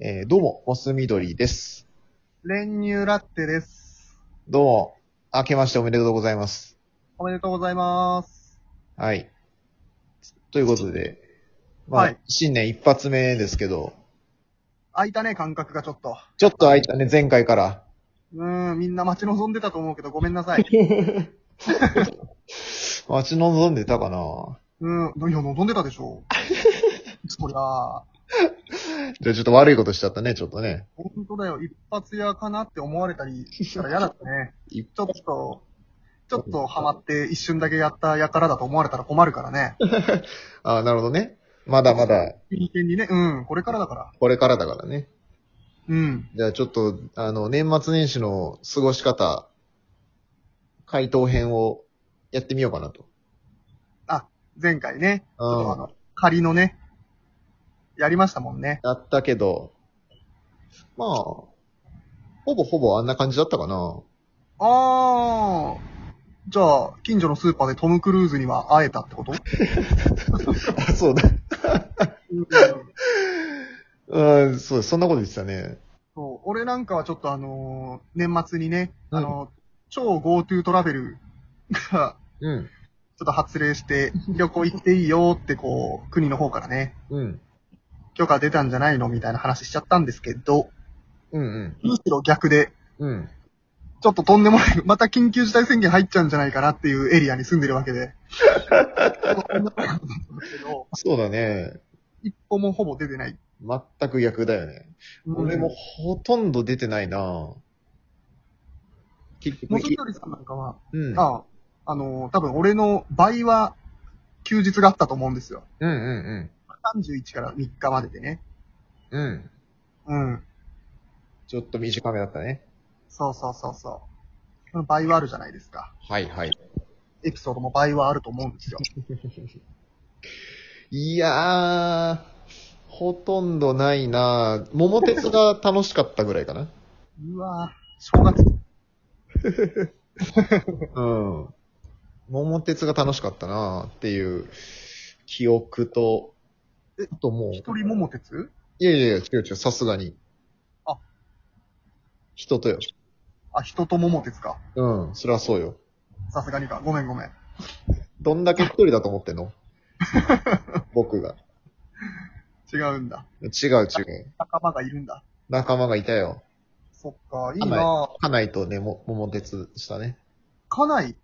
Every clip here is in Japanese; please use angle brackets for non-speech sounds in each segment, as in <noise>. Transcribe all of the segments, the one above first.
えーどうも、モス緑です。練乳ラッテです。どうも、明けましておめでとうございます。おめでとうございます。はい。ということで、まあ、はい新年一発目ですけど、空いたね、感覚がちょっと。ちょっと空いたね、前回から。うーん、みんな待ち望んでたと思うけど、ごめんなさい。待ち望んでたかなうーん、いや、望んでたでしょ。そりゃあ、じゃあちょっと悪いことしちゃったね、ちょっとね。本当だよ、一発屋かなって思われたりしたら嫌だったね。一ちょっと、ちょっとハマって一瞬だけやったやからだと思われたら困るからね。ああ、なるほどね。まだまだ、真剣にね、うん、これからだから。これからだからね。うん。じゃあちょっと、あの、年末年始の過ごし方、回答編をやってみようかなと。前回ね、ちょっとあうん。の、仮のね、やりましたもんね。やったけど、まあ、ほぼほぼあんな感じだったかな。あー。じゃあ、近所のスーパーでトム・クルーズには会えたってことあ、 <laughs> そうだ。うんうん、そう、そんなこと言ってたね。そう。俺なんかはちょっとあのー年末にね、うんあの超 GoTo トラベルがうん、ちょっと発令して、旅行行っていいよってこう、国の方からね、うん、許可出たんじゃないのみたいな話しちゃったんですけど、うん、うん、むしろ逆で、うん。ちょっととんでもない、また緊急事態宣言入っちゃうんじゃないかなっていうエリアに住んでるわ <laughs> けで。そんなことなんですけどそうだね。一歩もほぼ出てない。全く逆だよね。俺もほとんど出てないな結もう局、一人さんなんかは、うん、うん、ああのー、多分俺の倍は休日があったと思うんですよ。うん、うん、 31から3日まででね。うん。うん。ちょっと短めだったね。そうそうそうそう。倍はあるじゃないですか。はい、はい。エピソードも倍はあると思うんですよ。いやー、ほとんどないな桃鉄が楽しかったぐらいかな。 <laughs> うわぁ、正月。うん。桃鉄が楽しかったなっていう記憶と、えあともう、い一人桃鉄やいやいや、違う違う、さすがに。あ。人とよ。あ、人と桃鉄か。うん、そりゃそうよ。さすがにか。ごめんごめん。どんだけ一人だと思ってん <laughs> の僕が。違うんだ。違う違う。仲間がいるんだ。仲間がいたよ。そっか、いいなぁ。家内とね、も桃鉄したね。家内、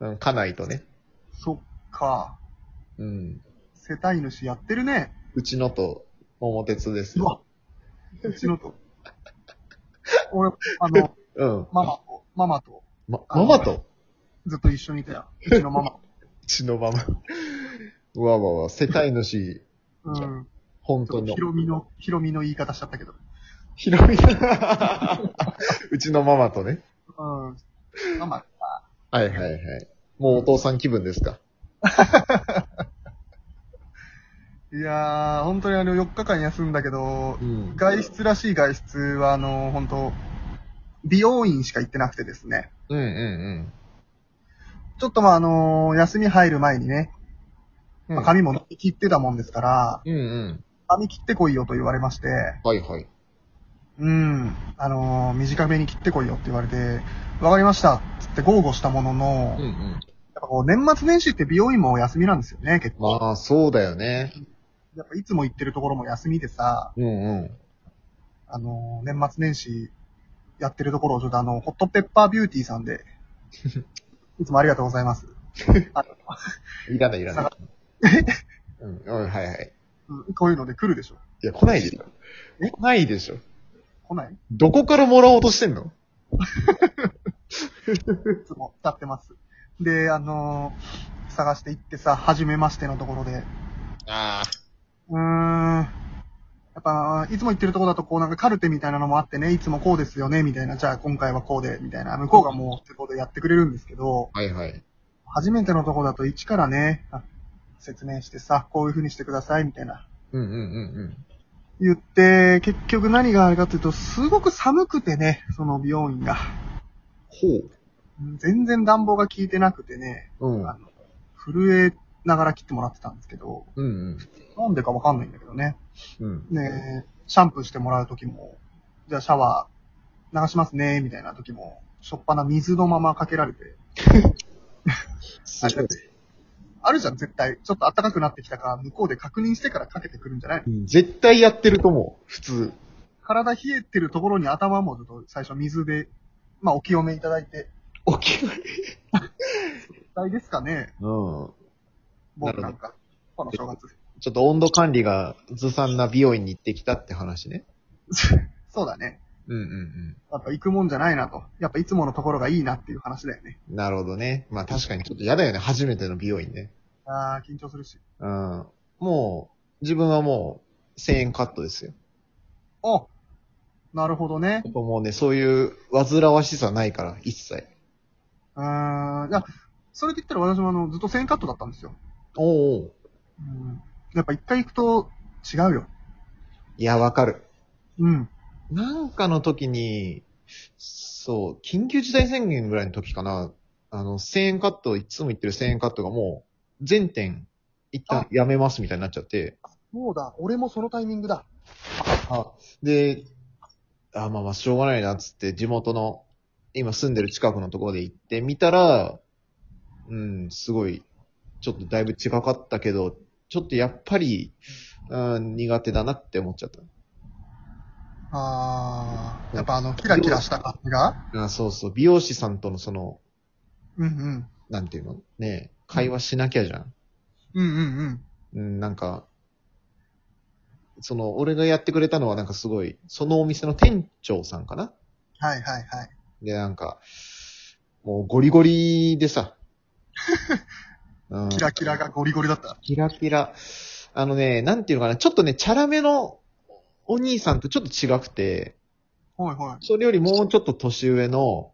うん、家内とね。そっか。うん。世帯主やってるね。うちのと桃鉄ですうよ。わ。うちの <laughs> と。俺、あの、うん。ママと、ママと、ま、ママとずっと一緒にいた <laughs> よ。うちのママ。うちのママ。うわわわ、世帯主、うん。本ちょ当っとのヒ。ロミの、ヒロミの言い方しちゃったけど。ひろみさん。 <laughs> うちのママとね。うん。ママ、はいはいはい。もうお父さん気分ですか。いやー、本当にあの、4日間休んだけどう、ん。外出らしい外出は、あの、本当美容院しか行ってなくてですね。うんうんちょっとまあ、あの休み入る前にね、うん。まあ髪も切ってたもんですから、うんうん。髪切ってこいよと言われまして、はいはい。うん、あの短めに切ってこいよって言われて、わかりましたっつって豪語したものの、うんうやっん。ぱこう、年末年始って美容院もお休みなんですよね、結構。まあそうだよね。やっぱいつも行ってるところも休みでさ、うんうん。あのー年末年始やってるところをちょっとあの、ホットペッパービューティーさんで、いつもありがとうございます。あいらないいらない。 <laughs> うん、うん、はいはい。うんこういうので来るでしょいや、来ないでしょ。え来ないでしょ。来ないいどこからもらおうとしてんのつも使ってます。で、あのー探して行ってさ、初めましてのところで、ああ。うーん、やっぱ、いつも行ってるところだとこうなんかカルテみたいなのもあってね、いつもこうですよね、みたいな、じゃあ今回はこうで、みたいな、向こうがもう、ってことでやってくれるんですけど、はいはい。初めてのとこだと一からね、あ説明してさ、こういう風にしてください、みたいな。うんうんうん言って、結局何があるかというと、すごく寒くてね、その美容院が。うん。全然暖房が効いてなくてね、ほう。うん。あの震えながら切ってもらってたんですけど、うんなんでかわかんないんだけどね。うん。うん。ねえシャンプーしてもらうときも、じゃあシャワー流しますね、みたいなときも、しょっぱな水のままかけられて、すごい。あるじゃん、絶対。ちょっと暖かくなってきたから、向こうで確認してからかけてくるんじゃないうん絶対やってると思う。普通。体冷えてるところに頭もちょっと最初水で、まあお清めいただいて、起きない。大ですかね、うん。僕なんか、この正月。ちょっと温度管理がずさんな美容院に行ってきたって話ね。 <laughs> そうだね。うんうんやっぱ行くもんじゃないなと。やっぱいつものところがいいなっていう話だよね。うん。なるほどね。まあ確かにちょっと嫌だよね。初めての美容院ね。あー、緊張するし。うん。もう、自分はもう、1000円カットですよ。おなるほどね。やっぱもうね、そういう煩わしさないから、一切。うーん。いや、それで言ったら私もあの、ずっと1000カットだったんですよ。おうおううん。やっぱ一回行くと違うよ。いや、わかる。うん。なんかの時に、そう、緊急事態宣言ぐらいの時かな、あの、1000円カット、いつも言ってる1000円カットがもう、全店、一旦やめますみたいになっちゃって、そうだ、俺もそのタイミングだ。あで、あ、まあまあ、しょうがないな、つって、地元の、今住んでる近くのところで行ってみたら、うん、すごい、ちょっとだいぶ違かったけど、ちょっとやっぱり、うん、苦手だなって思っちゃった。あー。やっぱあの、キラキラした感じがあそうそう、美容師さんとのその、うんうん。なんていうのねえ、会話しなきゃじゃん。うんうんううん。ん、なんか、その、俺がやってくれたのはなんかすごい、そのお店の店長さんかなはいはいはい。で、なんか、もうゴリゴリでさ、 <laughs> うんキラキラがゴリゴリだった。キラキラ。あのね、なんていうのかな、ちょっとね、チャラめのお兄さんとちょっと違くて、はいはい。それよりもうちょっと年上の、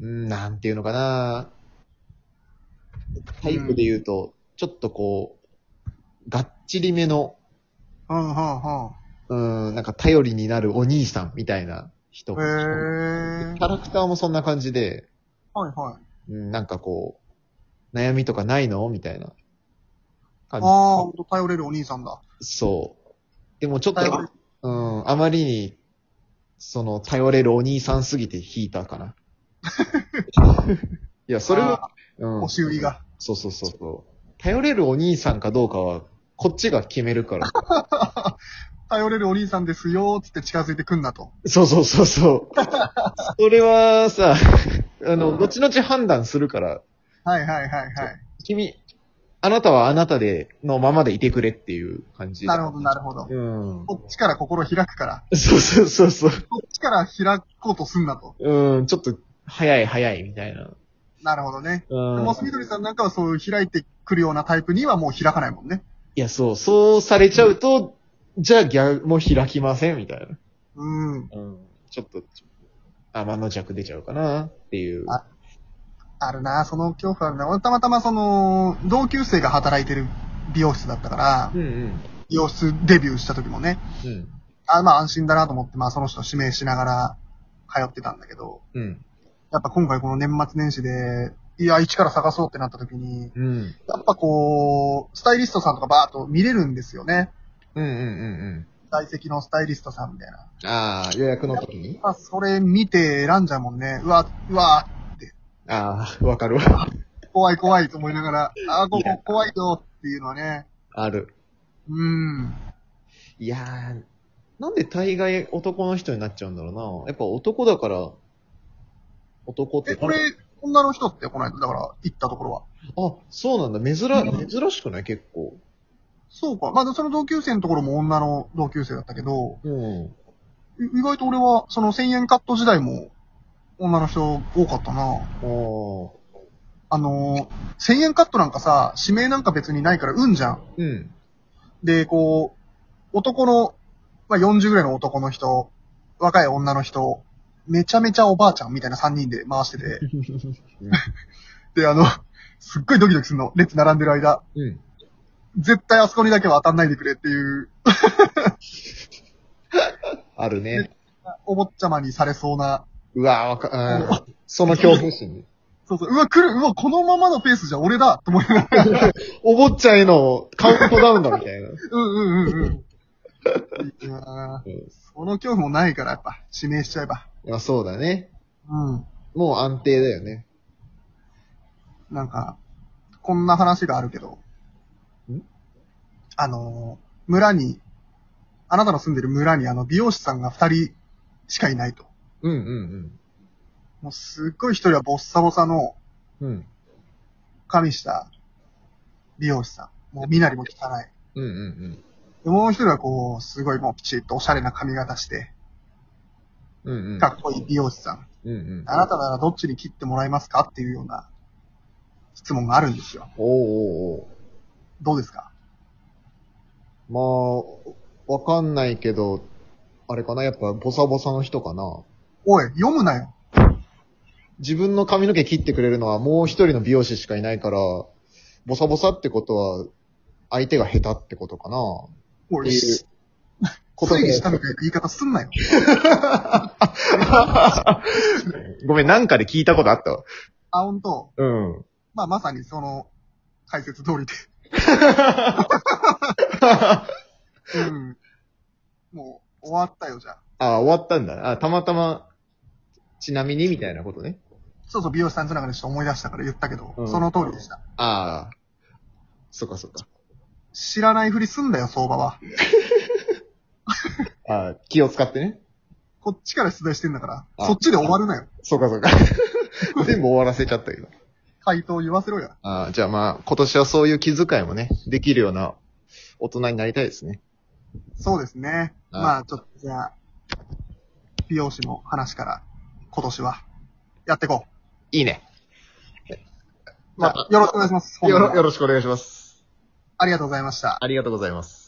うん、なんていうのかな、タイプで言うと、ちょっとこう、がっちりめの、うんうんうん。うん、なんか頼りになるお兄さんみたいな人。へキャー。ラクターもそんな感じで、はいはい。うん、なんかこう、悩みとかないのみたいな感あー、じ。ほんと頼れるお兄さんだ。そう。でもちょっ頼れと、うん、あまりに、その、頼れるお兄さんすぎて引いたか <laughs> な。いや、それは、あうーん。押し売りが。そうそうそうそう。頼れるお兄さんかどうかは、こっちが決めるから。頼れるお兄さんですよーっつって近づいてくんなと。そうそうそうそう。それはさ、あの、後々判断するから、はいはいはいは君、あなたはあなたで、のままでいてくれっていう感い。じ。なるほどなるほど。うん。こっちから心開くから、そうそうそうそう。こっちから開こうとすんなと。うん、ちょっと、早い早いみたいな。なるほどね。でうんも。スみどりさんなんかはそういう開いてくるようなタイプにはもう開かないもんね。いや、そう、そうされちゃうと、じゃあギャグも開きませんみたいな。うん。うん。ちょっと、天の弱出ちゃうかなっていう。ああるなその恐怖あるな。俺たまたまその、同級生が働いてる美容室だったからう、んうん。美容室デビューした時もね、うん。あまあ安心だなと思って、まあその人を指名しながら通ってたんだけど、うん。やっぱ今回この年末年始で、いや、一から探そうってなった時に、うん。やっぱこう、スタイリストさんとかバーっと見れるんですよね。うんうんうん在籍のスタイリストさんみたいな。うん。ああ、予約の時にまあ、それ見て選んじゃうもんね。うわ、うわ、ああ、わかるわ。怖い怖いと思いながら、あーこいやこ怖いよっていうのはね。ある。うん。いやー、なんで大概男の人になっちゃうんだろうな。やっぱ男だから、男って。え、これ、女の人ってこの間、だから、行ったところは。あ、そうなんだ。珍、珍しくない結構。そうか。まあ、その同級生のところも女の同級生だったけど、うん。い意外と俺は、その1000円カット時代も、女の人多かったな。ああ。あのー、1000円カットなんかさ、指名なんか別にないから、運じゃん。うん。で、こう、男の、まあ、40ぐらいの男の人、若い女の人、めちゃめちゃおばあちゃんみたいな3人で回してて、 <laughs> で、あの、すっごいドキドキするの。列並んでる間。うん。絶対あそこにだけは当たんないでくれっていう、あるね。お坊ちゃまにされそうな、うわーわか、うんその恐怖心。そうそう。うわ、来る、うわ、このままのペースじゃ俺だと思いながら。お坊ちゃんへのカウントダウンだみたいな。 <laughs> うん <laughs> うんうんうん。いやーうんその恐怖もないから、やっぱ、指名しちゃえば。まあそうだね。うん。もう安定だよね。なんか、こんな話があるけど。んあのー、村に、あなたの住んでる村にあの、美容師さんが二人しかいないと。うんうんもうすっごい一人はボッサボサの、うん。うん。神下美容師さん。もう身なりも汚うい。んうんでもう一人はこう、すごいもうピチッとおしゃれな髪型して、うん。うんうん。かっこいい美容師さん。うんうん。あなたならどっちに切ってもらえますかっていうような質問があるんですよ。おうおうおうどうですかまあ、わかんないけど、あれかなやっぱボサボサの人かなおい、読むなよ。自分の髪の毛切ってくれるのはもう一人の美容師しかいないから、ボサボサってことは、相手が下手ってことかなおってい、いう推こと理したみたいな言い方すんなよ。 <laughs> ごめん、なんかで聞いたことあったわ。あ、ほんと。 <laughs> うん。まあ、まさにその、解説通り <laughs> で。うん。もう、終わったよ、じゃあ。あ、終わったんだ。あ、たまたま、ちなみにみたいなことね。そうそう、美容師さんつながりして思い出したから言ったけど、うんその通りでした。ああ。そっかそっか。知らないふりすんだよ、相場は。あ気を使ってね。こっちから出題してんだかあら、そっちで終わるなよ。そうかそう <laughs> か。全部終わらせちゃったけど。回答言わせろや。ああ、じゃあまあ、今年はそういう気遣いもね、できるような大人になりたいですね。そうですね。はいまあ、ちょっと、じゃあ、美容師の話から、今年は、やっていこいいね。う。まあ、よろしくお願いします。よ本ろ、当よにろしくお願いします。ありがとうございました。ありがとうございます。